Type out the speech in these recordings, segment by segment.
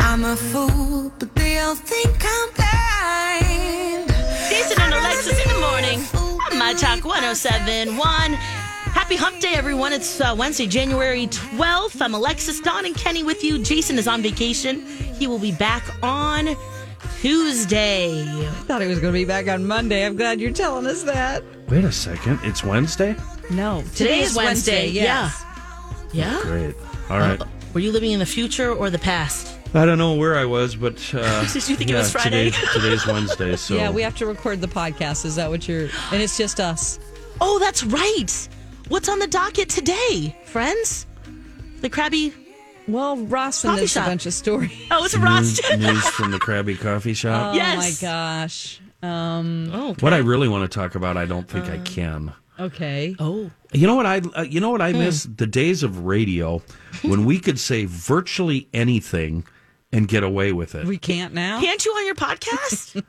I'm a fool, but they all think I'm blind. Jason and Alexis in the morning on My Talk 1071. Happy Hump Day, everyone. It's uh, Wednesday, January 12th. I'm Alexis, Don, and Kenny with you. Jason is on vacation. He will be back on Tuesday. thought it was going to be back on Monday. I'm glad you're telling us that. Wait a second. It's Wednesday? No, Today is Wednesday, yes. Yeah? Great. All right. Uh, Were you living in the future or the past? I don't know where I was, but. Uh, Did you think it yeah, was Friday? Today, today's Wednesday, so. Yeah, we have to record the podcast. Is that what you're? And it's just us. Oh, that's right. What's on the docket today, friends? The Krabby. Well, Ross Coffee and there's a shop. bunch of stories. Oh, it's news, Ross. news from the Krabby Coffee Shop. Yes. Oh my gosh. Um. oh, What I really want to talk about, I don't think Uh, I can. Okay. oh. You know what I? Uh, you know what Hmm. I miss? The days of radio when we could say virtually anything and get away with it. We can't now. Can't you on your podcast?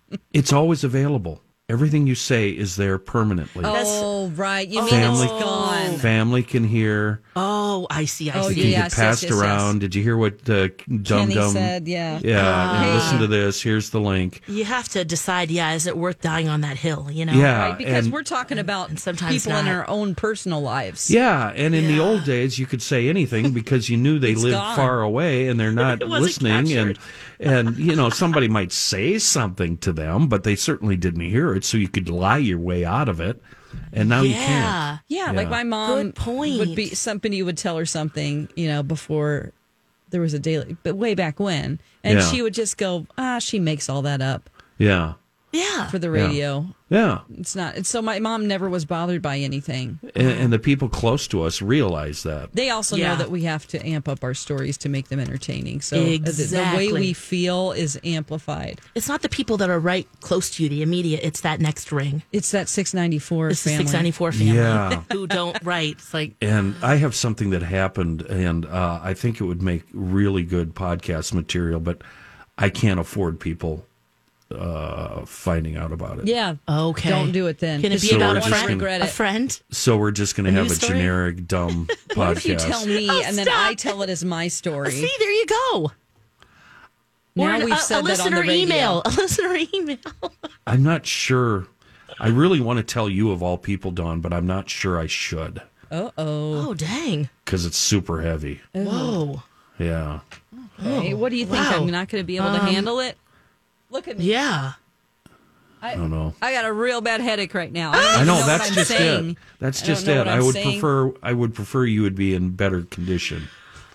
It's always available. Everything you say is there permanently. Oh right. You mean Family- it's gone? Family can hear. oh, I see. I Oh, see. can yeah. get Yes, yes, passed yes, yes. around. Did you hear what uh, Dum Kenny Dum said, yeah. Ah. Yeah, and listen to this. Here's the link. You have to decide, yeah, is it worth dying on that hill? You know? Yeah, Right, because and- we're talking about and sometimes people in not. our own personal lives. yeah, and in the old days, you could say anything because you knew they It's lived gone. far away and they're not It wasn't listening. And and you know somebody might say something to them, but they certainly didn't hear it, so you could lie your way out of it. And now oh, you Yeah. can't. Yeah, like my mom Good point. would be somebody would tell her something, you know, before there was a daily, but way back when, and Yeah. she would just go, ah, she makes all that up Yeah, Yeah. for the radio. yeah. It's not. It's, so my mom never was bothered by anything. And, and the people close to us realize that. They also Yeah. know that we have to amp up our stories to make them entertaining. So uh, the, the Exactly. way we feel is amplified. It's not the people that are right close to you, the immediate. It's that next ring. It's that six ninety four It's family. the 694 family Yeah. who don't write. It's like, And I have something that happened, and uh, I think it would make really good podcast material, but I can't afford people uh, finding out about it. Yeah. okay. Don't do it then. Can it 'cause be So you about we're a won't just friend? Regret A it. friend? So we're just going to have a news story? generic, dumb podcast. What if you tell me Oh, and then stop. I tell it as my story? See, there you go. or now an- we've a, said a that on the listener radio. email. A listener email. I'm not sure. I really want to tell you of all people, Dawn, but I'm not sure I should Uh oh. Oh, dang. because it's super heavy. Whoa. Yeah. Hey, what do you think? Oh, wow. Um, I'm not going to be able to handle it. Look at me. Yeah. I don't know. I got a real bad headache right now. I, don't I even know, what that's I'm just saying. it. That's I don't just know it. what I I'm would saying. prefer I would prefer you would be in better condition.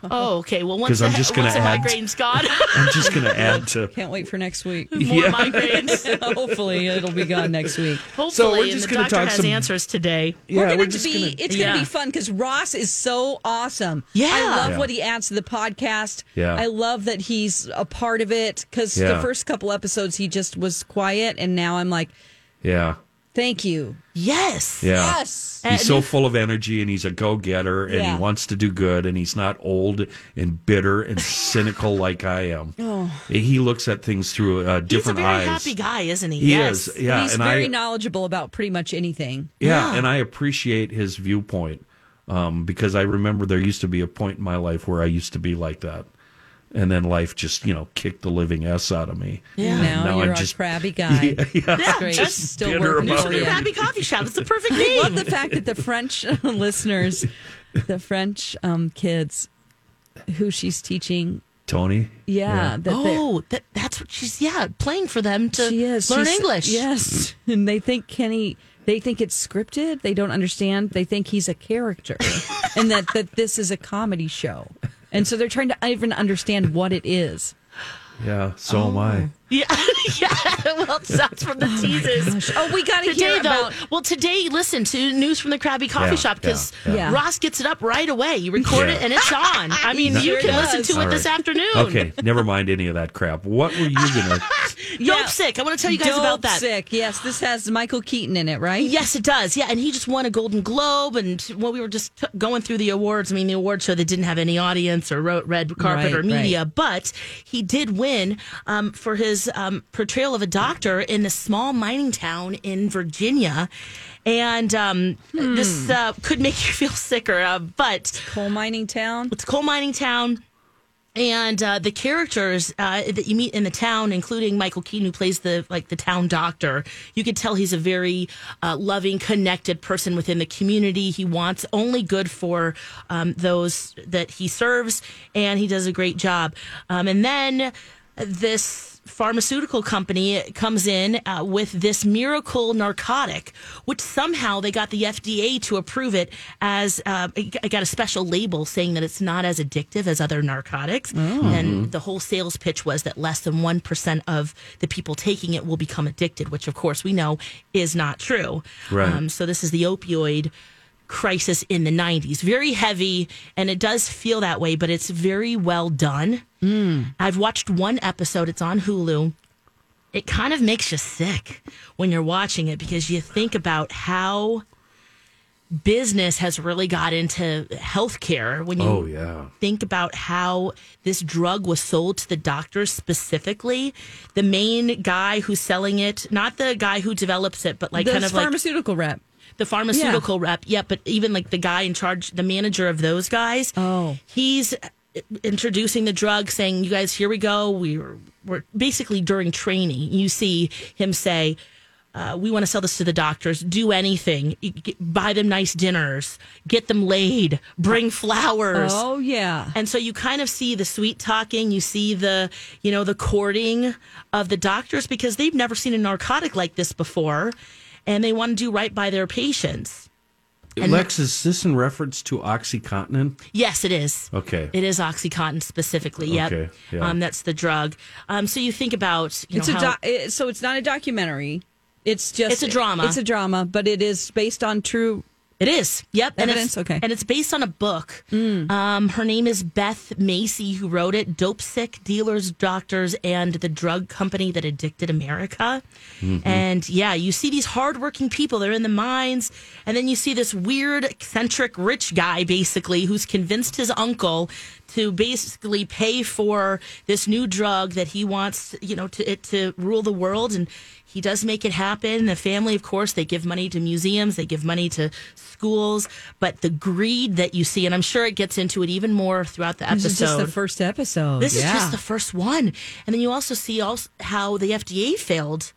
Oh, okay. Well, once 'Cause the, I'm just gonna once the add- migraines gone, I'm just going to add to Can't wait for next week. more Yeah. migraines. Hopefully, it'll be gone next week. Hopefully, So we're just and the gonna doctor talk has some- answers today. Yeah, we're we're going to just be. gonna- It's going to be Yeah. fun because Ross is so awesome. Yeah. I love Yeah. what he adds to the podcast. Yeah. I love that he's a part of it because the Yeah. first couple episodes he just was quiet, and now I'm like, Yeah. thank you. Yes. Yeah. Yes. He's so full of energy and he's a go getter and Yeah. he wants to do good and he's not old and bitter and cynical like I am. Oh. He looks at things through uh, He's a different very eyes. happy guy, isn't he? He yes. is. Yeah. he's and very I, knowledgeable about pretty much anything. yeah, And I appreciate his viewpoint um, because I remember there used to be a point in my life where I used to be like that. And then life just, you know, kicked the living S out of me. Yeah. Now, Now you're I'm a just- crabby guy. Yeah, Great. just Still bitter working about for it. you. Happy Coffee Shop. It's the perfect love name. the fact that the French listeners, the French um, kids who she's teaching Tony. Yeah. that they're- oh, that, that's what she's yeah playing for them to She is. learn She's- English. Yes. And they think Kenny, they think it's scripted. They don't understand. They think he's a character and that, that this is a comedy show. And so they're trying to even understand what it is. Yeah, so am Oh. I. Yeah, yeah. Well, that's from the teasers. Oh, we got to Today, hear though, about. well, today, listen to news from the Krabby Coffee Yeah, Shop because yeah, yeah. Ross gets it up right away. You record Yeah. it and it's on. I mean, He you sure can does. listen to it All this right. afternoon. Okay, never mind any of that crap. What were you gonna? Dope sick. I want to tell you guys Dope about that. Sick. Yes, this has Michael Keaton in it, right? Yes, it does. Yeah, and he just won a Golden Globe. And well, we were just t- going through the awards. I mean, the award show that didn't have any audience or ro- red carpet Right, or media, but he did win um, for his um, portrayal of a doctor in a small mining town in Virginia. And um, Hmm. this uh, could make you feel sicker, uh, but Coal mining town. it's a coal mining town. And uh, the characters uh, that you meet in the town, including Michael Keaton, who plays the like the town doctor, you could tell he's a very uh, loving, connected person within the community. He wants only good for um, those that he serves, and he does a great job. Um, and then this pharmaceutical company comes in uh, with this miracle narcotic, which somehow they got the FDA to approve it as uh, I got a special label saying that it's not as addictive as other narcotics. And the whole sales pitch was that less than 1% of the people taking it will become addicted, which of course we know is not true. Um, Right. so this is the opioid crisis in the 90s. Very heavy, and it does feel that way, but it's very well done. I've watched one episode. It's on Hulu. It kind of makes you sick when you're watching it because you think about how business has really got into healthcare when you Oh yeah. think about how this drug was sold to the doctors specifically the main guy who's selling it not the guy who develops it but like the kind of like pharmaceutical rep. the pharmaceutical rep. Yeah, but even like the guy in charge, the manager of those guys. Oh. he's uh, introducing the drug, saying, "You guys, here we go." We were, we're basically during training. You see him say. Uh, we want to sell this to the doctors. Do anything. You get- buy them nice dinners. Get them laid. Bring flowers. Oh, yeah. And so you kind of see the sweet talking, you see the, you know, the courting of the doctors because they've never seen a narcotic like this before and they want to do right by their patients. Lex, is this in reference to OxyContin? Yes, it is. Okay. It is OxyContin specifically. Yep. Okay, yeah. Um, that's the drug. Um, so you think about, you know, It's a how- doc it, so it's not a documentary. It's just It's a drama. It's a drama, but it is based on true. It is. Yep. Evidence? And it's, Okay. Mm. And it's based on a book. Um, her name is Beth Macy, who wrote it Dope Sick Dealers, Doctors, and the Drug Company That Addicted America. And yeah, you see these hardworking people, they're in the mines. And then you see this weird, eccentric rich guy, basically, who's convinced his uncle to basically pay for this new drug that he wants, you know, to it to rule the world and he does make it happen. The family, of course, they give money to museums, they give money to schools, but the greed that you see, and I'm sure it gets into it even more throughout the This is just episode. the first episode. This Oh, yeah. is just the first one, and then you also see also how the FDA failed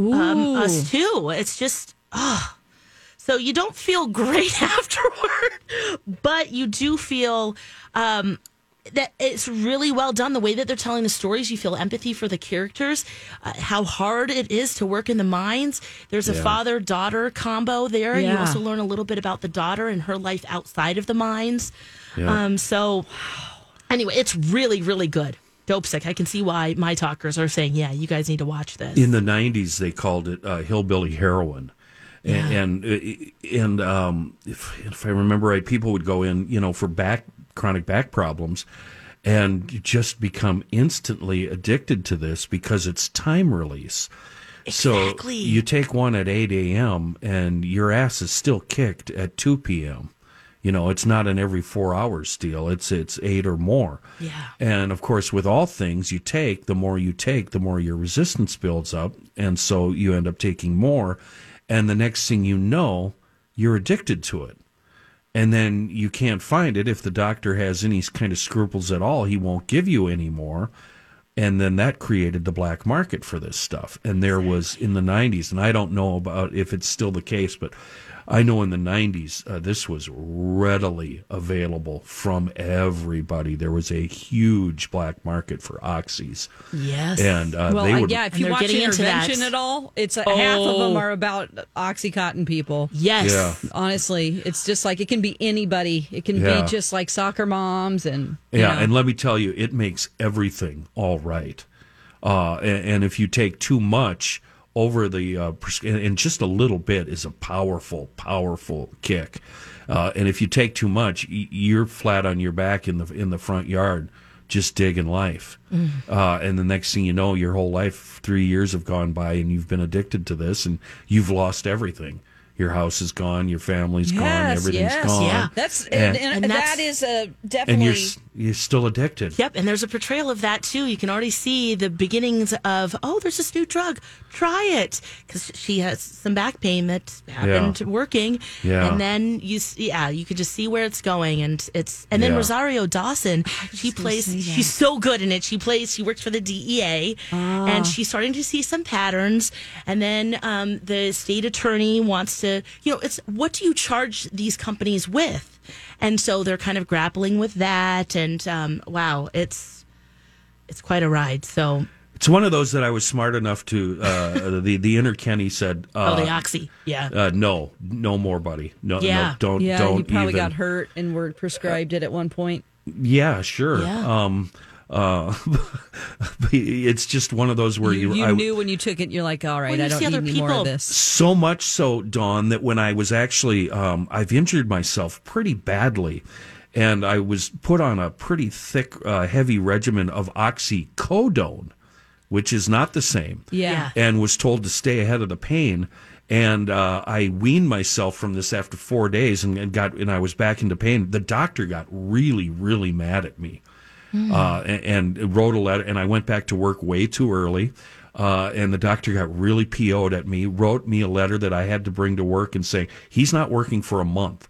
Ooh. um, us too. It's just oh. So you don't feel great afterward, but you do feel um, that it's really well done. The way that they're telling the stories, you feel empathy for the characters, uh, how hard it is to work in the mines. There's a father daughter combo there. You Yeah. also learn a little bit about the daughter and her life outside of the mines. Um, so anyway, it's really really good. Dope sick. I can see why my talkers are saying, yeah, you guys need to watch this. In the '90s, they called it uh, hillbilly heroin, and and, and um, if, if I remember right, people would go in, you know, for back chronic back problems, and just become instantly addicted to this because it's time release. Exactly. So you take one at 8 a.m. and your ass is still kicked at 2 p.m. You know, it's not an every four hours deal. It's it's eight or more. Yeah. And of course, with all things you take, the more you take, the more your resistance builds up, and so you end up taking more, and the next thing you know, you're addicted to it, and then you can't find it. If the doctor has any kind of scruples at all, he won't give you any more and then that created the black market for this stuff and there was in the 90s and i don't know about if it's still the case but I know in the 90s, uh, this was readily available from everybody. There was a huge black market for oxys. Yes. And uh, well, they I- would. yeah, if And you they're watch getting into that. Intervention at all, it's uh half of them Oh. are about OxyContin people. Yes. Yeah. Honestly, it's just like it can be anybody. It can Yeah. be just like soccer moms and Yeah, and let me tell you, it makes everything all right. Uh, and, and if you take too much over the, uh, pres- and, and just a little bit is a powerful, powerful kick. Uh, and if you take too much, y- you're flat on your back in the in the front yard, just digging life. Mm-hmm. Uh, and the next thing you know, your whole life, three years have gone by, and you've been addicted to this, and you've lost everything. Your house is gone, your family's gone, everything's gone. yeah. That's and, And- and, And that's- that is a And definitely you're s- you're still addicted. Yep, and there's a portrayal of that too. You can already see the beginnings of, oh, there's this new drug. Try it. Because she has some back pain that happened Yeah. working. Yeah. And then you, s- yeah, you could just see where it's going. And it's, and then Yeah. Rosario Dawson, she plays, she's so good in it. She plays, she works for the DEA and she's starting to see some patterns. And then um, the state attorney wants to, you know, it's what do you charge these companies with? and so they're kind of grappling with that and um, wow it's it's quite a ride so It's one of those that I was smart enough to. Uh, the the inner Kenny said, oh uh, the oxy yeah uh, "No, no more, buddy. No, Yeah. no don't, yeah. don't you probably even." got hurt and were prescribed it at one point. Yeah, sure. Yeah. Um, uh, but it's just one of those where You, you you, I, knew when you took it. You're like, all right, When you I don't see need other any more people- of this. so much so, Dawn, that when I was actually, um, I've injured myself pretty badly, and I was put on a pretty thick, uh, heavy regimen of oxycodone, which is not the same. Yeah. and was told to stay ahead of the pain. And uh, I weaned myself from this after four days, and, and got and I was back into pain. The doctor got really, really mad at me, Mm. uh, and, and wrote a letter. And I went back to work way too early, uh, and the doctor got really PO'd at me. Wrote me a letter that I had to bring to work and say he's not working for a month,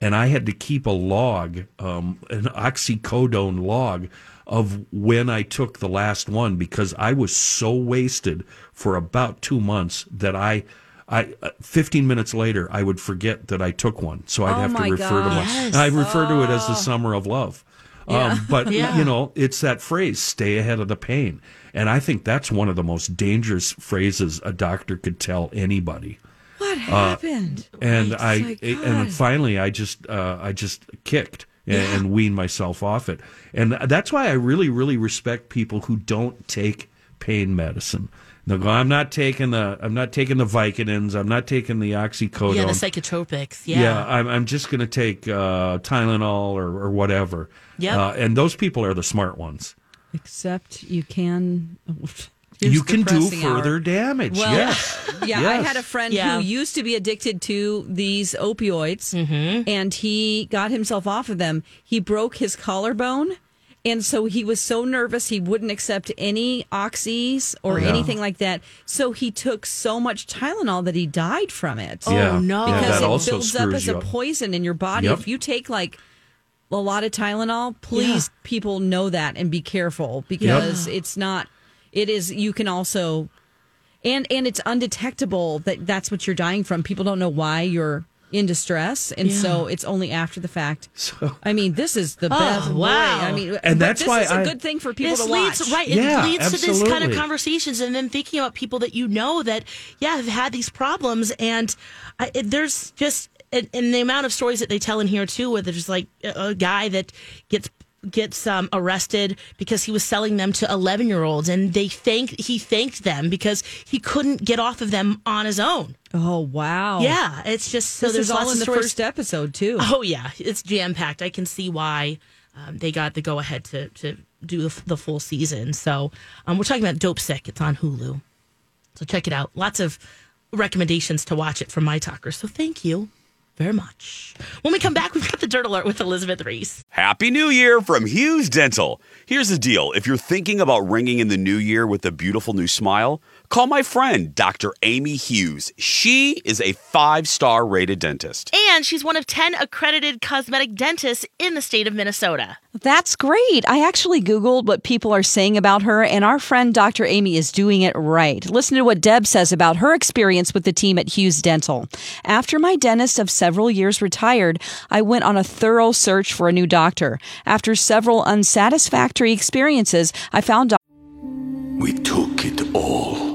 and I had to keep a log, um, an oxycodone log of when I took the last one because I was so wasted for about two months that I, I, uh, fifteen minutes later, I would forget that I took one, so I'd Oh have my to refer to God. one. Yes. Oh. I refer to it as the summer of love. Um, but Yeah. you know, it's that phrase "stay ahead of the pain," and I think that's one of the most dangerous phrases a doctor could tell anybody What happened? Uh, and It's I like, and God. finally I just uh, I just kicked and, and weaned myself off it, and that's why I really really respect people who don't take pain medicine. They'll go, I'm not taking the I'm not taking the Vicodins, I'm not taking the oxycodone. yeah the psychotropics yeah, Yeah, I'm, I'm just going to take uh, Tylenol or, or whatever. Yep. Uh, and those people are the smart ones. Except you can. Here's You can do depressing hour. further damage. Well, yes. Yeah, I Yes. had a friend Yeah. who used to be addicted to these opioids, and he got himself off of them. He broke his collarbone, and so he was so nervous he wouldn't accept any oxys or anything like that. So he took so much Tylenol that he died from it. yeah. no. Yeah, oh, because that it also builds up screws as you a poison in your body. Yep. If you take like a lot of Tylenol, please, people know that and be careful because it's not. It is. You can also, and and it's undetectable that that's what you're dying from. People don't know why you're in distress, and so it's only after the fact. I mean, this is the best. way. Oh, wow. I mean, but And that's this why is a I- good thing for people This to watch. leads right. It Yeah, leads to this kind of absolutely. conversations, and then thinking about people that you know that yeah have had these problems, and I, it, there's just and, and the amount of stories that they tell in here too, where there's like a, a guy that gets gets um, arrested because he was selling them to 11 year olds, and they thank he thanked them because he couldn't get off of them on his own. Oh wow. Yeah, it's just so This there's is lots all of in the stories. first episode too. Oh yeah, it's jam packed. I can see why um, they got the go ahead to to do the, f- the full season. So um, we're talking about Dope Sick. It's on Hulu, so check it out. Lots of recommendations to watch it from my talker. So thank you. very much. When we come back, we've got the dirt alert with Elizabeth Reese. Happy New Year from Hughes Dental. Here's the deal if you're thinking about ringing in the new year with a beautiful new smile, call my friend, Dr. Amy Hughes. She is a five star rated dentist. And she's one of 10 accredited cosmetic dentists in the state of Minnesota. That's great. I actually Googled what people are saying about her, and our friend Dr. Amy is doing it right. Listen to what Deb says about her experience with the team at Hughes Dental. After my dentist of several years retired, I went on a thorough search for a new doctor. After several unsatisfactory experiences, I found Dr. We took it all.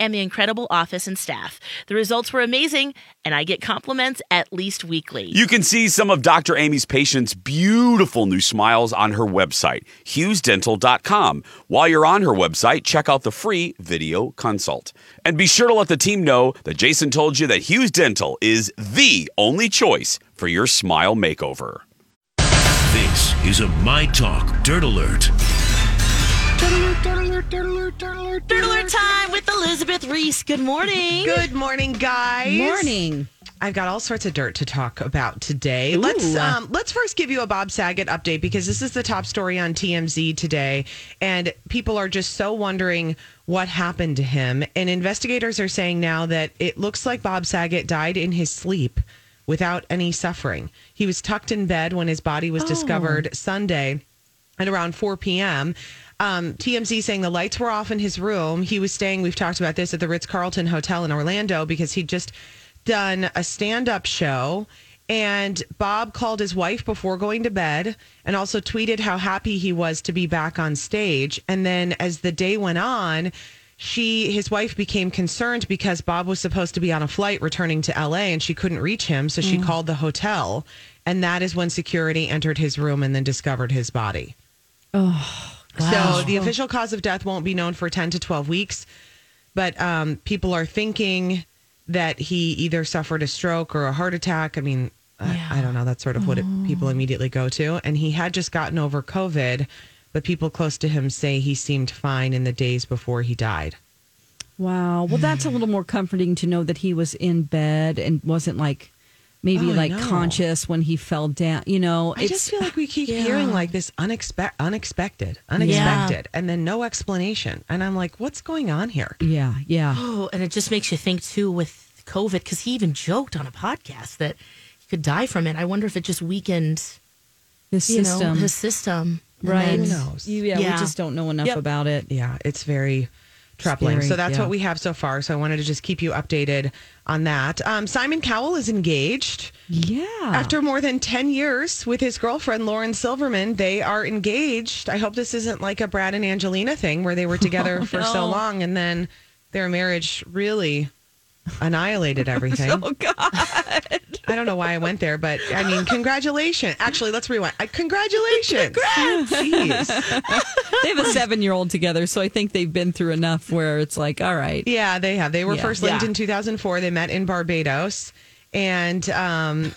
and the incredible office and staff. The results were amazing, and I get compliments at least weekly. You can see some of Dr. Amy's patients' beautiful new smiles on her website, hughesdental.com. While you're on her website, check out the free video consult. And be sure to let the team know that Jason told you that Hughes Dental is the only choice for your smile makeover. This is a My Talk Dirt Alert. Dirt alert time with Elizabeth Reese. Good morning. Good morning, guys. Morning. I've got all sorts of dirt to talk about today. Let's um, let's first give you a Bob Saget update because this is the top story on TMZ today, and people are just so wondering what happened to him. And investigators are saying now that it looks like Bob Saget died in his sleep without any suffering. He was tucked in bed when his body was Oh. discovered Sunday at around 4 p.m. Um, TMZ saying the lights were off in his room. He was staying, we've talked about this, at the Ritz Carlton Hotel in Orlando because he'd just done a stand up show. And Bob called his wife before going to bed and also tweeted how happy he was to be back on stage. And then as the day went on, she his wife became concerned because Bob was supposed to be on a flight returning to LA and she couldn't reach him, so she Mm. called the hotel. And that is when security entered his room and then discovered his body. Oh, So the official cause of death won't be known for 10 to 12 weeks, but um, people are thinking that he either suffered a stroke or a heart attack. I mean, I, I don't know. That's sort of what it, people Oh. immediately go to. And he had just gotten over COVID, but people close to him say he seemed fine in the days before he died. Wow. Well, that's a little more comforting to know that he was in bed and wasn't like maybe Oh, I like know. conscious when he fell down. You know, I just feel like we keep hearing like this unexpe- unexpected, unexpected, and then no explanation. And I'm like, what's going on here? Yeah, yeah. Oh, and it just makes you think too with COVID because he even joked on a podcast that he could die from it. I wonder if it just weakened His you know, system. his system, And Right. then- Who knows? You- yeah, we just don't know enough about it. Yeah, it's very troubling. Scary, so that's yeah. what we have so far. So I wanted to just keep you updated on that. Um, Simon Cowell is engaged. Yeah. After more than 10 years with his girlfriend, Lauren Silverman, they are engaged. I hope this isn't like a Brad and Angelina thing where they were together Oh, for no. so long and then their marriage really annihilated everything. oh, God. I don't know why I went there, but I mean, congratulations. Actually, let's rewind. Uh, congratulations. Jeez. they have a seven year old together, so I think they've been through enough where it's like, all right. Yeah, they have. They were Yeah. first linked Yeah. in 2004. They met in Barbados. And um,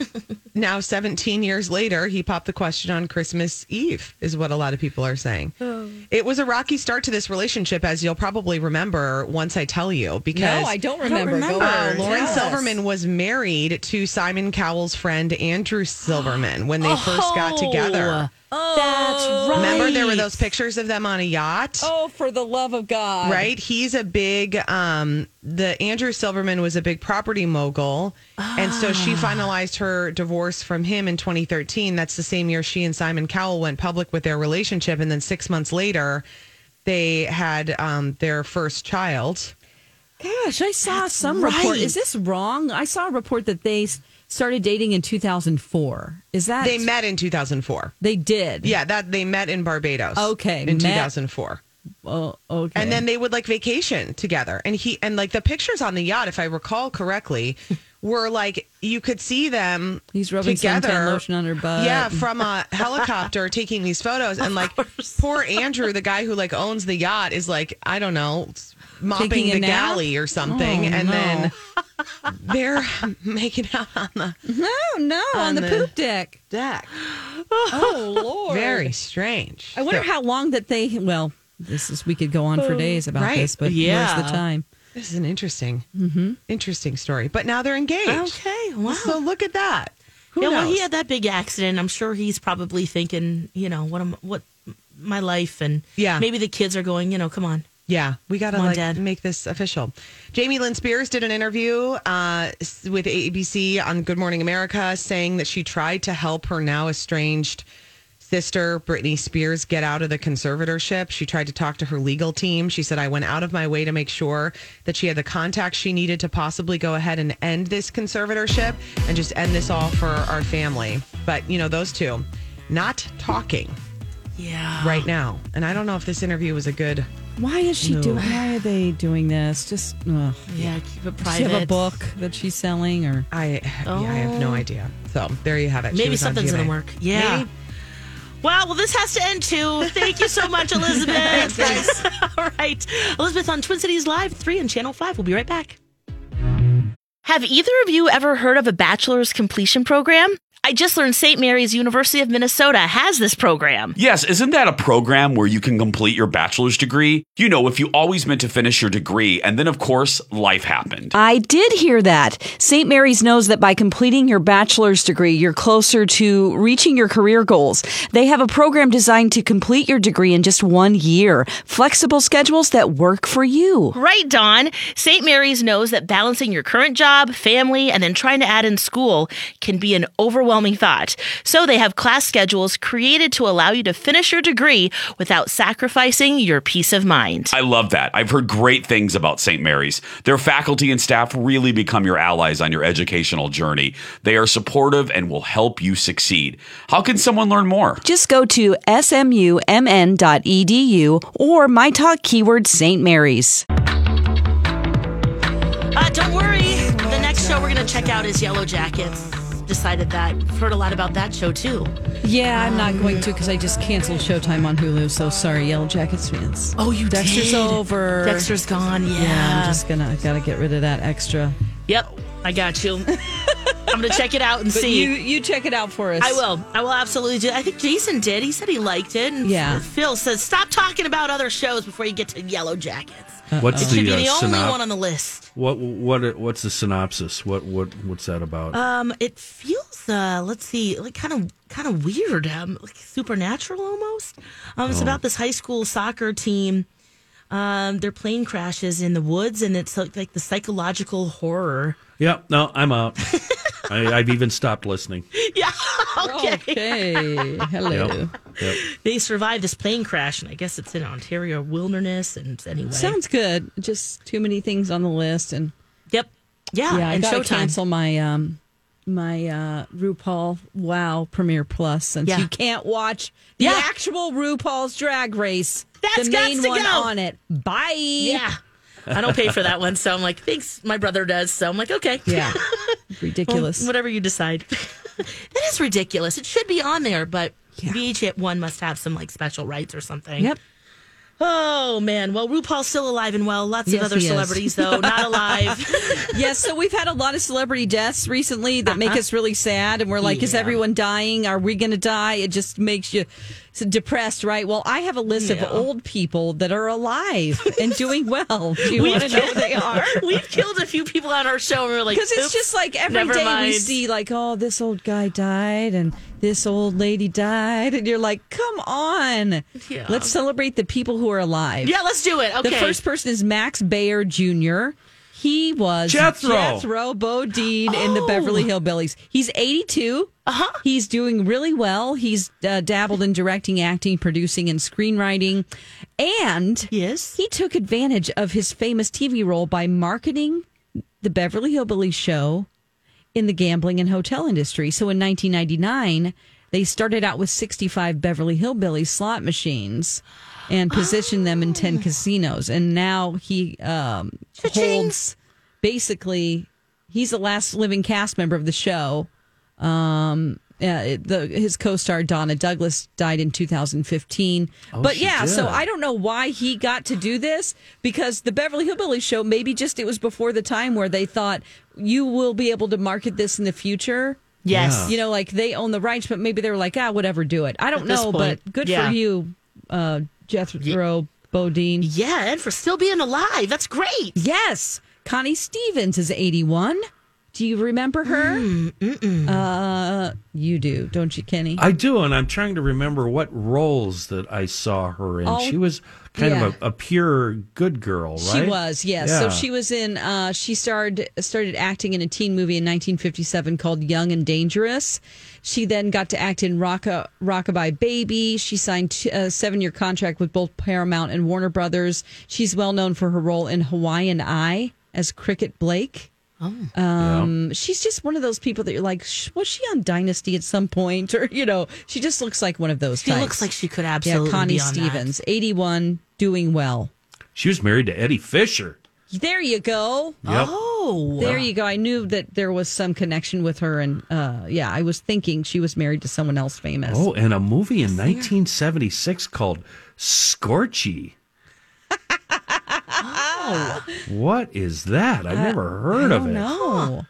now, 17 years later, he popped the question on Christmas Eve, is what a lot of people are saying. Oh. It was a rocky start to this relationship, as you'll probably remember once I tell you. Because No, I don't I don't remember. Go remember. Uh, on, Lauren tell us. Silverman was married to Simon Cowell's friend Andrew Silverman when they first got Oh. together. That's right. Remember, there were those pictures of them on a yacht. Oh, for the love of God. Right? He's a big um the Andrew Silverman was a big property mogul. And so she finalized her divorce from him in 2013. That's the same year she and Simon Cowell went public with their relationship and then 6 months later they had um their first child. Gosh, I saw That's some report. right. Is this wrong? I saw a report that they s- started dating in 2004. Is that They met in 2004. They did. Yeah, that they met in Barbados. Okay, in met- 2004. Oh, okay. And then they would like vacation together. And he and like the pictures on the yacht, if I recall correctly, were like you could see them he's rubbing together. suntan lotion on her butt. Yeah, from a helicopter taking these photos. And like poor Andrew, the guy who like owns the yacht, is like, I don't know, mopping Taking a the nap? galley or something. Oh, and no. then they're making out on the no, no, on, On the, the- poop deck. deck. Oh Lord, Very strange. I wonder So- how long that they. Well, this is we could go on for days about Right. this, but Yeah. where's the time? Mm-hmm. This is an interesting, interesting story. But now they're engaged. Okay, wow. So look at that. Who yeah, well, knows? he had that big accident. I'm sure he's probably thinking, you know, what am what my life and Yeah. maybe the kids are going, you know, come on. Yeah, we got to Come on, like Dad. make this official. Jamie Lynn Spears did an interview uh, s- with ABC on Good Morning America, saying that she tried to help her now estranged sister Britney Spears get out of the conservatorship. She tried to talk to her legal team. She said, "I went out of my way to make sure that she had the contacts she needed to possibly go ahead and end this conservatorship and just end this all for our family." But you know, those two not talking Yeah. right now, and I don't know if this interview was a good. Why is she No. doing? Why are they doing this? Just ugh. Yeah, keep it Does private. she have a book that she's selling, or I yeah, I have no Oh. idea. So there you have it. She Maybe was on something's gonna GMA. work. Yeah. Maybe. Wow, well, this has to end too. Thank you so much, Elizabeth. All right. Elizabeth on Twin Cities Live 3 and Channel 5. We'll be right back. Have either of you ever heard of a bachelor's completion program? I just learned St. Mary's University of Minnesota has this program. Yes, isn't that a program where you can complete your bachelor's degree? You know, if you always meant to finish your degree, and then of course, life happened. I did hear that. St. Mary's knows that by completing your bachelor's degree, you're closer to reaching your career goals. They have a program designed to complete your degree in just one year, flexible schedules that work for you. Right, Dawn. St. Mary's knows that balancing your current job, family, and then trying to add in school can be an overwhelming thought. So they have class schedules created to allow you to finish your degree without sacrificing your peace of mind. I love that. I've heard great things about St. Mary's. Their faculty and staff really become your allies on your educational journey. They are supportive and will help you succeed. How can someone learn more? Just go to smumn.edu or my talk keyword St. Mary's. Uh, don't worry. The next show we're going to check out is Yellow Jackets. Decided that. Heard a lot about that show too. yeah, I'm not going to because I just canceled Showtime on Hulu. So sorry, Yellow Jackets fans. Oh, you Dexter's did. over. Dexter's gone. Yeah. Yeah, I'm just gonna. I gotta get rid of that extra. Yep. I got you. I'm going to check it out and But see. you you check it out for us. I will. I will absolutely do. I think Jason did. He said he liked it. And Yeah. Phil says, stop talking about other shows before you get to Yellow Jackets. What's Should be the, uh, the only synop- one on the list. What what what's the synopsis? What what what's that about? Um, it feels uh, let's see, like kind of kind of weird, um, like supernatural almost. Um, it's Oh. about this high school soccer team. Um, their plane crashes in the woods, and it's like, like the psychological horror. yeah, no, I'm out. I, I've even stopped listening. Yeah. Oh. Okay. Okay. Hello. Yep, yep. They survive this plane crash, and I guess it's in Ontario wilderness. And anyway, Sounds good. Just too many things on the list, and yep, yeah, yeah, I Ah, and gotta Showtime. cancel my um my uh RuPaul Wow Premiere Plus since Yeah. you can't watch the Yeah. actual RuPaul's Drag Race. That's the got main to one go. on it. Bye. Yeah. I don't pay for that one, so I'm like, thanks. My brother does, so I'm like, okay. Yeah. Well, Ridiculous. whatever you decide. that is ridiculous. It should be on there, but VH1 must have some like special rights or something. Yep. Oh man! Well, RuPaul's still alive and well. Lots Yes, of other he is. celebrities, though, not alive. yes, so we've had a lot of celebrity deaths recently that Uh-huh. make us really sad, and we're like, "Is Yeah. everyone dying? Are we going to die?" It just makes you s- depressed, right? Well, I have a list Yeah. of old people that are alive and doing well. Do you We've want to know who killed- they are? We've killed a few people on our show, and we we're like, Because it's "Oops, just like every never day we mind." see, like, oh, this old guy died and this old lady died, and you're like, come on, Yeah. let's celebrate the people who are alive. Yeah, let's do it. The Okay. first person is Max Bayer Jr. He was Jethro. Jethro Bodine in the Beverly Oh. Hillbillies. He's 82. Uh-huh. He's doing really well. He's uh, dabbled in directing, acting, producing, and screenwriting. And yes, he took advantage of his famous TV role by marketing the Beverly Hillbillies show in the gambling and hotel industry. So in 1999, they started out with 65 Beverly Hillbillies slot machines and positioned them in 10 casinos. And now he um, holds basically, he's the last living cast member of the show. Um, uh, the, his co-star Donna Douglas died in 2015, Oh, but she yeah, so did. I don't know why he got to do this because the Beverly Hillbillies show maybe just it was before the time where they thought you will be able to market this in the future. Yes. Yeah. you know, like they own the rights, but maybe they were like, ah, whatever, do it. I don't At this know, point, but good yeah. for you, uh, Jethro Bodine. Yeah, and for still being alive, that's great. Yes, Connie Stevens is eighty-one. Do you remember her? Mm, uh, you do, don't you, Kenny? I do, and I'm trying to remember what roles that I saw her in. Oh, she was kind yeah. of a, a pure good girl, right? She was, yes. Yeah. So she was in. Uh, she starred started acting in a teen movie in 1957 called Young and Dangerous. She then got to act in Rocka, Rockabye Baby. She signed t- a seven year contract with both Paramount and Warner Brothers. She's well known for her role in Hawaiian Eye as Cricket Blake. Oh. Um, she's just one of those people that you're like, "Sh- was she on Dynasty at some point? Or you know, she just looks like one of those. She types. looks like she could absolutely Yeah, Connie be on that. Stevens, 81, doing well. She was married to Eddie Fisher. There you go. Yep. Oh, There you go. I knew that there was some connection with her, and uh, yeah, I was thinking she was married to someone else famous. Oh, and a movie in 1976 called Scorchy. What is that? I've never heard Uh, I of don't it. know.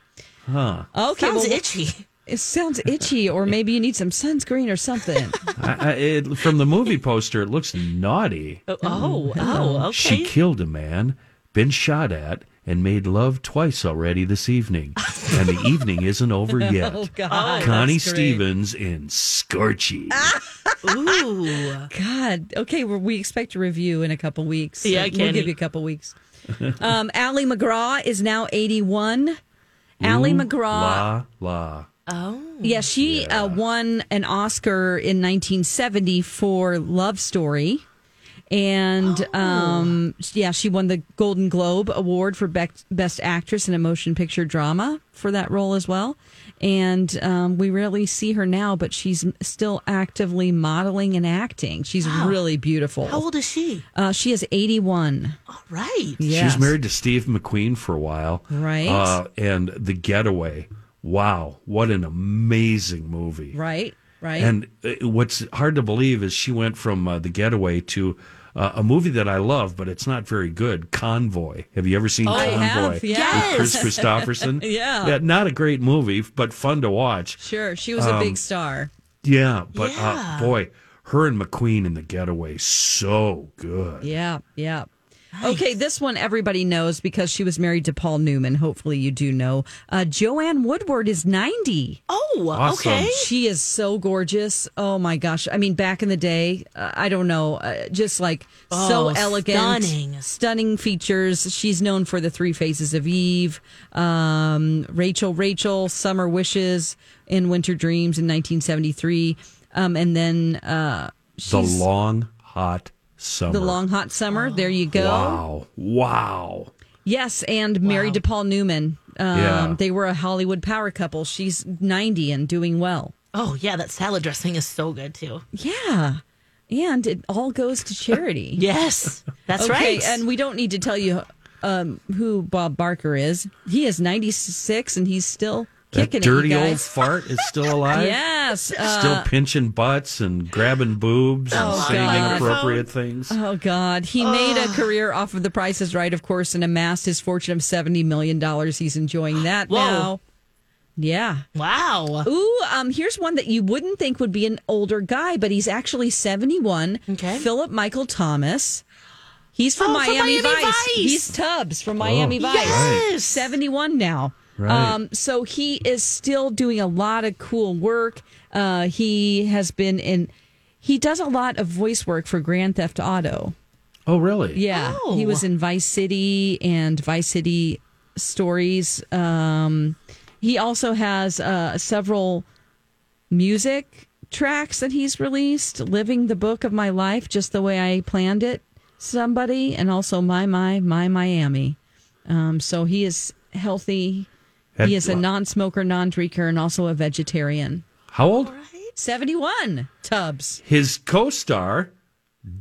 Huh. Okay, Sounds well, itchy. It sounds itchy, or maybe you need some sunscreen or something. I, I, it, from the movie poster, it looks naughty. Oh, oh, oh, okay. She killed a man, been shot at, and made love twice already this evening. and the evening isn't over yet. Oh, God. Connie That's great. Ah, Stevens in Scorchy. Ooh. God. Okay, well, we expect a review in a couple weeks. Yeah, we'll Kenny. give you a couple weeks. um, Allie McGraw is now 81. Allie Ooh, McGraw. La, la. Oh. Yeah, she Uh, won an Oscar in 1970 for Love Story. And um, yeah, she won the Golden Globe Award for Bec- Best Actress in a Motion Picture Drama for that role as well. And um, we rarely see her now, but she's still actively modeling and acting. She's really beautiful. How old is she? Uh, she is 81. All right. She was Yes. married to Steve McQueen for a while. Right. Uh, and The Getaway. Wow, what an amazing movie. Right, right. And uh, what's hard to believe is she went from uh, The Getaway to uh, a movie that I love, but it's not very good, Convoy. Have you ever seen Oh, I Convoy? have, with yes. Chris Christopherson. Yeah. Not a great movie, but fun to watch. sure, she was a Um, big star. Yeah, but Yeah. Uh, boy, her and McQueen in The Getaway, so good. Yeah, yeah. Okay, this one everybody knows because she was married to Paul Newman. Hopefully, you do know. Uh, Joanne Woodward is 90. Oh, Awesome. okay. She is so gorgeous. Oh my gosh. I mean, back in the day, uh, I don't know, uh, just like so Oh, elegant, stunning. stunning features. She's known for the Three Phases of Eve, um, Rachel, Rachel, Summer Wishes, and Winter Dreams in 1973. Um, and then uh, The she's Long Hot Summer. The Long Hot Summer. There you go. Wow. Wow. Yes, and married to Paul Newman. Um, Yeah. They were a Hollywood power couple. She's 90 and doing well. Oh, yeah, that salad dressing is so good, too. Yeah. And it all goes to charity. Yes, that's okay, right. And we don't need to tell you um, who Bob Barker is. He is 96 and he's still That kicking dirty it, you old guys. fart is still alive. Yes. uh, Still pinching butts and grabbing boobs and Oh, saying God. inappropriate things. Oh God, he made a career off of The Price Is Right, of course, and amassed his fortune of seventy million dollars. He's enjoying that Whoa. now. Yeah. Wow. Ooh, um, here's one that you wouldn't think would be an older guy, but he's actually seventy-one. Okay. Philip Michael Thomas. He's from, Oh, from Miami, Miami Vice. He's Tubbs from Miami Vice. Yes. seventy-one now. Right. Um, so he is still doing a lot of cool work. Uh, he has been in. He does a lot of voice work for Grand Theft Auto. Oh, really? Yeah, Oh. he was in Vice City and Vice City Stories. Um, he also has uh, several music tracks that he's released: "Living the Book of My Life," just the way I planned it, somebody, and also "My My My Miami." Um, so he is healthy. Had- uh, he is a non-smoker, non-drinker, and also a vegetarian. How old? Seventy-one tubs. His co-star,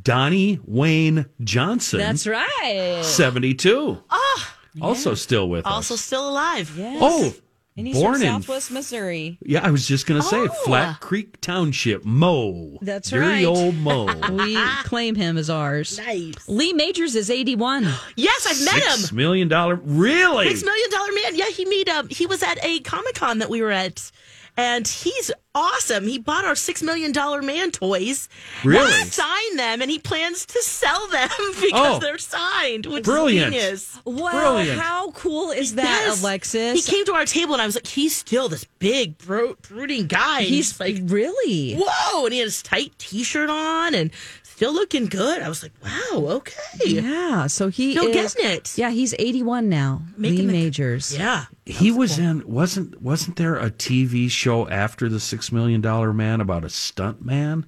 Donnie Wayne Johnson. That's right. Seventy-two. Ah, Also still with us. Also still alive. Yes. Oh, and he's born from in- Southwest Missouri. Yeah, I was just going to say Flat Creek Township, Mo. That's Dirty right. old Mo. we claim him as ours. Nice. Lee Majors is 81. Yes, I've met him. Six million dollar. Really? Six million dollar man. Yeah, he made um he was at a Comic Con that we were at. And he's awesome. He bought our six million dollar man toys. Really? And signed them and he plans to sell them because Oh. they're signed, which Brilliant. is genius. Wow, Brilliant. how cool is that, Yes. Alexis? He came to our table and I was like, he's still this big bro- brooding guy. And He's like really whoa, and he had his tight T-shirt on and still looking good. I was like, wow, okay, Yeah, so he Still is getting it. Yeah, he's 81 now. Lee Majors. Yeah. He was in wasn't wasn't there a TV show after the Six Million Dollar Man about a stunt man?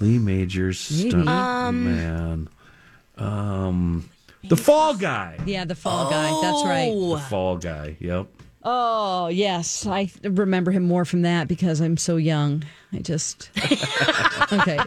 Lee Majors Maybe. stunt Um, man. Um, the Fall Guy. Yeah, the fall guy. That's Oh. right. The Fall Guy. Yep. Oh, yes. I remember him more from that because I'm so young. I just. okay.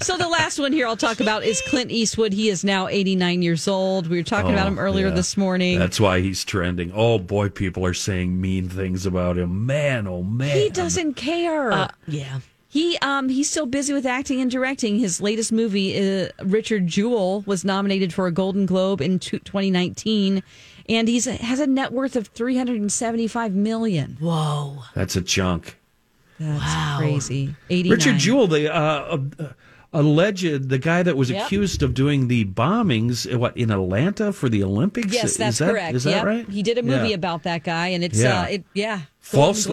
So the last one here I'll talk about is Clint Eastwood. He is now 89 years old. We were talking about Oh, him earlier yeah. this morning. That's why he's trending. Oh boy, people are saying mean things about him. Man, oh man. He doesn't care. Uh, yeah. He um he's still busy with acting and directing. His latest movie, uh, Richard Jewell, was nominated for a Golden Globe in two- 2019, and he's has a net worth of 375 million. Whoa, That's a chunk. that's crazy. 89. Richard Jewell, the uh, uh, alleged the guy that was Yep. accused of doing the bombings, uh, what in Atlanta for the Olympics? Yes, Is that's that- correct. Is that Yep. right? He did a movie Yeah. about that guy, and it's Yeah. uh, it yeah. falsely.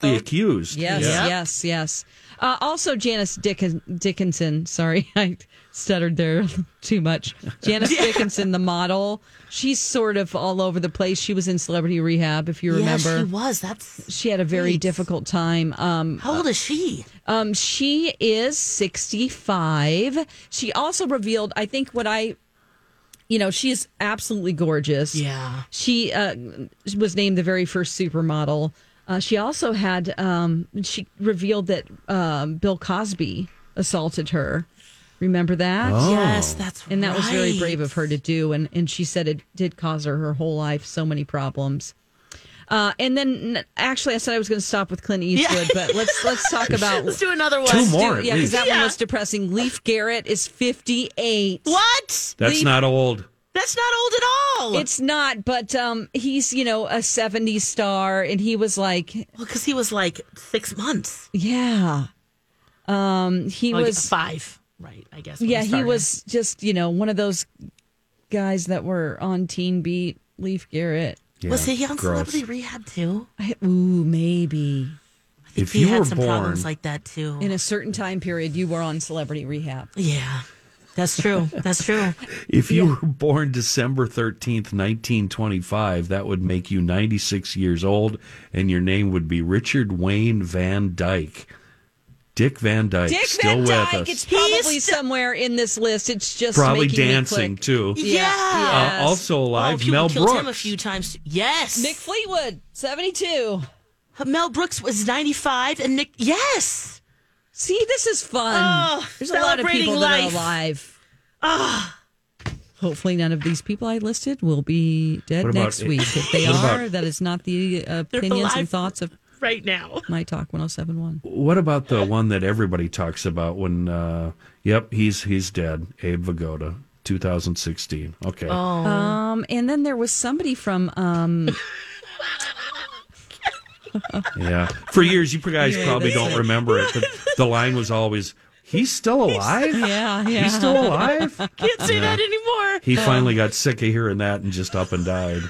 The accused. Yes, yes, yes. Uh, also, Janice Dickin- Dickinson. Sorry, I stuttered there too much. Janice Dickinson, the model. She's sort of all over the place. She was in Celebrity Rehab, if you Yes, remember. she was. That's She had a very Great. difficult time. Um, how old is she? um, she is 65. She also revealed, I think, what I, you know, she is absolutely gorgeous. Yeah. She uh, was named the very first supermodel. Uh, she also had, um, she revealed that um, Bill Cosby assaulted her. Remember that? Oh. Yes, that's And that was very right. brave of her to do. And, and she said it did cause her her whole life so many problems. Uh, and then, n- actually, I said I was going to stop with Clint Eastwood, but let's let's talk about Let's do another one. Two more, at yeah, because least. that Yeah. one was depressing. Leaf Garrett is fifty eight. What? That's Leaf- not old. That's not old at all. It's not, but um, he's you know a '70s star, and he was like, well, because he was like six months. yeah, um, he Like, was five, right? I guess. when Yeah, he started. was just you know one of those guys that were on Teen Beat. Leaf Garrett. was he on gross. Celebrity Rehab too? I, ooh, maybe If he you had were some born, problems like that too. in a certain time period, you were on Celebrity Rehab. yeah, that's true. that's true. if you were born December thirteenth, nineteen twenty-five, that would make you ninety-six years old, and your name would be Richard Wayne Van Dyke. Dick Van Dyke Dick still Van Dyke. with us. It's probably somewhere in this list. It's just Probably making me dancing, click. too. Yeah. Uh, Yes. also Oh, alive, Mel killed him a Brooks. few times. Yes, Nick Fleetwood, seventy-two. Mel Brooks was ninety-five, and Nick. Yes. See, this is fun. Oh, There's a lot of celebrating people that are life. alive. Hopefully, none of these people I listed will be dead What about- next week. If they What are, about- that is not the uh, opinions and alive thoughts of right now. My Talk 1071. What about the one that everybody talks about when? Uh, yep, he's he's dead. Abe Vigoda, 2016. Okay, Um, and then there was somebody from um, yeah. For years, you guys Yeah, probably that's don't it. remember it, but the line was always, "He's still alive." Yeah, yeah. He's still alive. Can't say Yeah. that anymore. He finally got sick of hearing that and just up and died.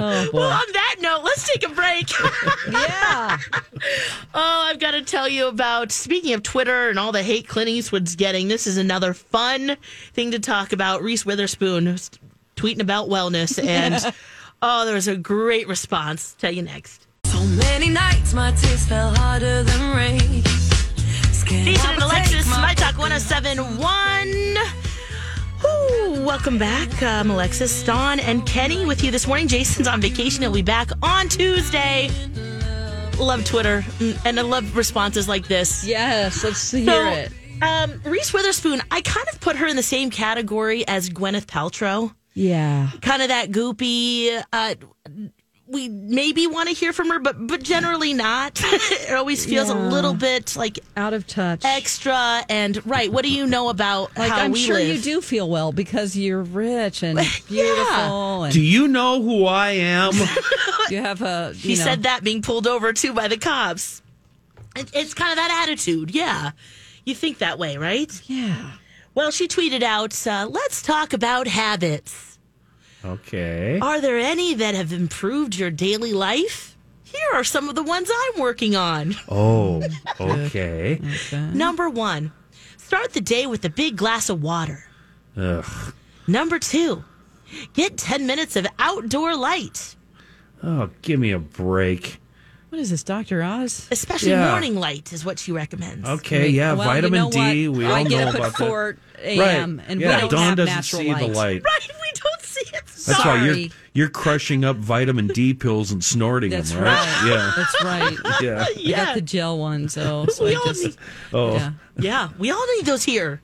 Oh Well, on that note, let's take a break. yeah. Oh, I've got to tell you about speaking of Twitter and all the hate Clint Eastwood's getting. This is another fun thing to talk about. Reese Witherspoon was tweeting about wellness, and oh, there was a great response. Tell you next. So many nights my tears fell harder than rain. Scared Jason I and would Alexis, take my My Talk 1071. Ooh, welcome back. Um, Alexis, Don, and Kenny with you this morning. Jason's on vacation. He'll be back on Tuesday. Love Twitter, mm, and I love responses like this. Yes, let's hear it. Um, Reese Witherspoon, I kind of put her in the same category as Gwyneth Paltrow. Yeah. Kind of that goopy. Uh, we maybe want to hear from her, but but generally not. it always feels Yeah. a little bit like out of touch, extra, and right. What do you know about Like, how I'm we sure live? you do feel well because you're rich and beautiful. and Do you know who I am? you have a. He said that being pulled over too by the cops. It, it's kind of that attitude, yeah. You think that way, right? Yeah. Well, she tweeted out, uh, "Let's talk about habits." Okay. Are there any that have improved your daily life? Here are some of the ones I'm working on. Oh, okay. Number one, start the day with a big glass of water. Ugh. Number two, get 10 minutes of outdoor light, Oh, give me a break. What is this, Dr. Oz? especially Yeah. morning light, is what she recommends. Okay, yeah, Mm. Well, you vitamin know D. what? We I all get know up at about 4 that. a.m. Right. and we yeah, don't Dawn have doesn't natural see the light. light. Right, we don't see it. That's why you're Sorry. you're crushing up vitamin D pills and snorting That's them, right. right? Yeah. That's right. Yeah. I Yeah. got the gel one, so, so I all just. need- Oh. Yeah. Yeah, we all need those here.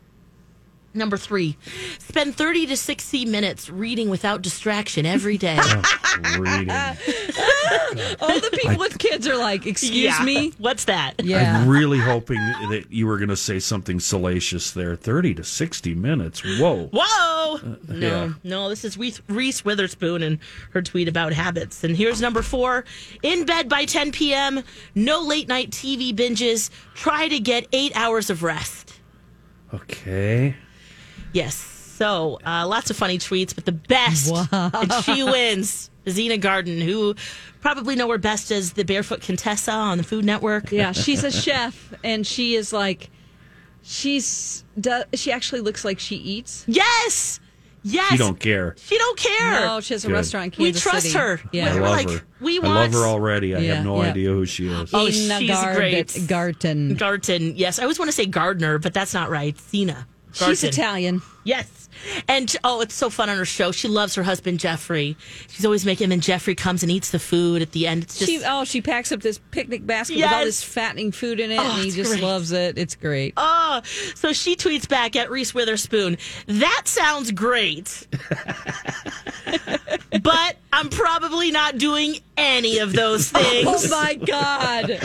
Number three, spend 30 to 60 minutes reading without distraction every day. Reading. All the people with kids are like, excuse Yeah. me? What's that? Yeah. I'm really hoping that you were going to say something salacious there. 30 to 60 minutes. Whoa. Whoa! Uh, no, yeah. no, this is Reese- Reese Witherspoon and her tweet about habits. And here's number four in bed by 10 p.m., no late night TV binges, try to get eight hours of rest. Okay. Yes. So uh, lots of funny tweets, but the best, and she wins, Zena Garden, who probably know her best as the Barefoot Contessa on the Food Network. Yeah, she's a chef, and she is like, she's do, she actually looks like she eats. Yes. Yes. You don't care. She don't care. No, she has a Good. restaurant. In We Kansas trust City. her. Yeah, I We're love like, her. we I love want- her already. I Yeah, have no yeah. idea who she is. Oh, Ina she's Gard- great. Garten. Garten. Yes, I always want to say Gardner, but that's not right. Zena. She's Garten. Italian. Yes. And oh, it's so fun on her show. She loves her husband Jeffrey. She's always making him and Jeffrey comes and eats the food at the end. It's just she oh, she packs up this picnic basket with all Yes. this fattening food in it, Oh, and he it's just great. loves it. It's great. Oh, so she tweets back at Reese Witherspoon, that sounds great. but I'm probably not doing any of those Oh things. my god!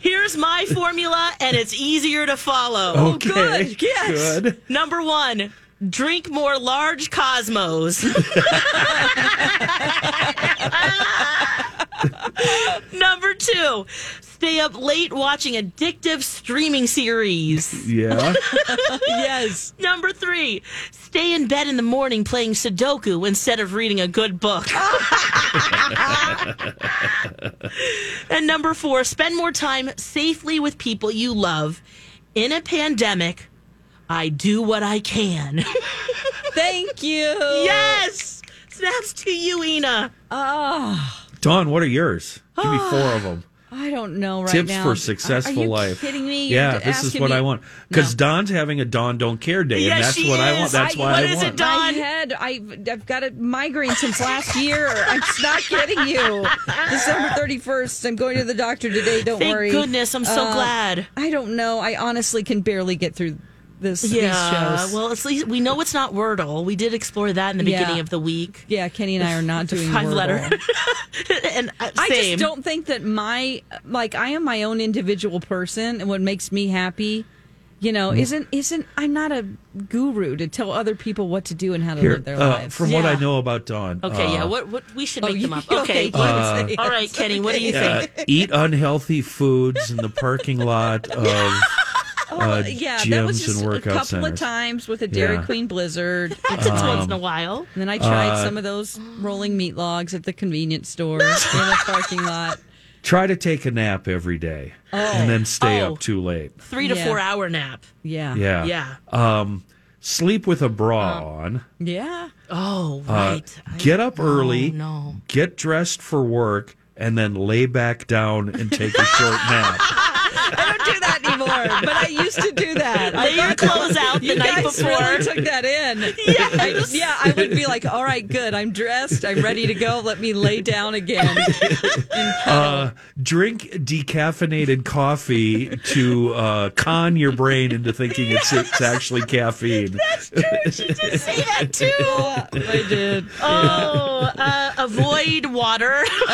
Here's my formula, and it's easier to follow. Oh. Okay. good. Yes. Good. Number one, drink more large Cosmos. Number two, stay up late watching addictive streaming series. Yeah. yes. Number three, stay in bed in the morning playing Sudoku instead of reading a good book. and number four, spend more time safely with people you love. In a pandemic, I do what I can. Thank you. yes! Snaps to you, Ina. Oh, Dawn, what are yours? Give me four of them. I don't know right Tips now. for Are- successful are you life. Kidding me? You're Yeah, d- this is asking what me- I want. Because Don's having a Don don't care day, and that's what I want. That's why I want. My head, I've, I've got a migraine since last year. I'm just not kidding you. December 31st, I'm going to the doctor today. Don't Thank worry. Uh, Um, goodness, I'm so glad. I don't know. I honestly can barely get through this. Yeah. These shows. Well, at least we know it's not Wordle. We did explore that in the Yeah. beginning of the week. Yeah, Kenny and I are not The doing five Wordle. letter. and uh, I same. just don't think that my like I am my own individual person, and what makes me happy, you know, Mm. isn't isn't I'm not a guru to tell other people what to do and how to Here, live their uh, lives. from what I know about Dawn. Okay, yeah. uh, What what we should Oh, make them you- up. Okay. okay, Uh, yes, All right, Kenny. What do you uh, think? eat unhealthy foods in the parking lot of uh, Oh, yeah, gyms that was just and a workout couple centers. of times with a Dairy Yeah. Queen Blizzard. It's Um, once in a while. And then I tried uh, some of those rolling meat logs at the convenience store in the parking lot. Try to take a nap every day, Oh. and then stay Oh. up too late. Three to Yeah. four hour nap. Yeah. Uh-huh. Yeah, Yeah. Um, sleep with a bra on. Yeah. Oh, Uh, right. get up early. no. Get dressed for work, and then lay back down and take a short nap. I don't do that anymore, but I used to do that. I Lay your thought- clothes out the you night guys before. Really took that in. Yes. I, yeah, I would be like, all right, good. I'm dressed. I'm ready to go. Let me lay down again. Uh, drink decaffeinated coffee to uh, con your brain into thinking it's, it's actually caffeine. Say that too. I did. Oh, uh, avoid water.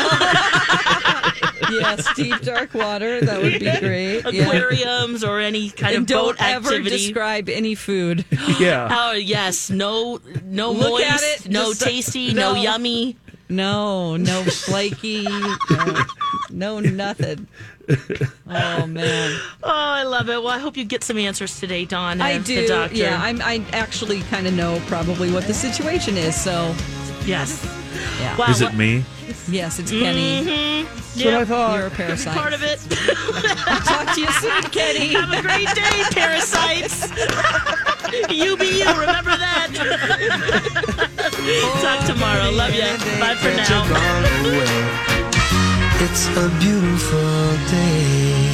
yes, deep dark water. That would be great. Yeah. Aquariums or any kind And of boat don't ever activity. describe any food. yeah. Oh yes, no, no Look moist, at it, no just- uh, tasty, no, no. yummy. No, no flaky. no, no nothing. Oh man. Oh, I love it. Well, I hope you get some answers today, Dawn. I and do. The doctor. Yeah, I'm, I actually kind of know probably what the situation is. So, yes, yeah. Is it me? Yes, it's Kenny. That's what I thought. You're a parasite. Mm-hmm. Part of it. Talk to you soon, Kenny. Have a great day, parasites. you be you. Remember that. Talk tomorrow. Love you. Bye for now. It's a beautiful day.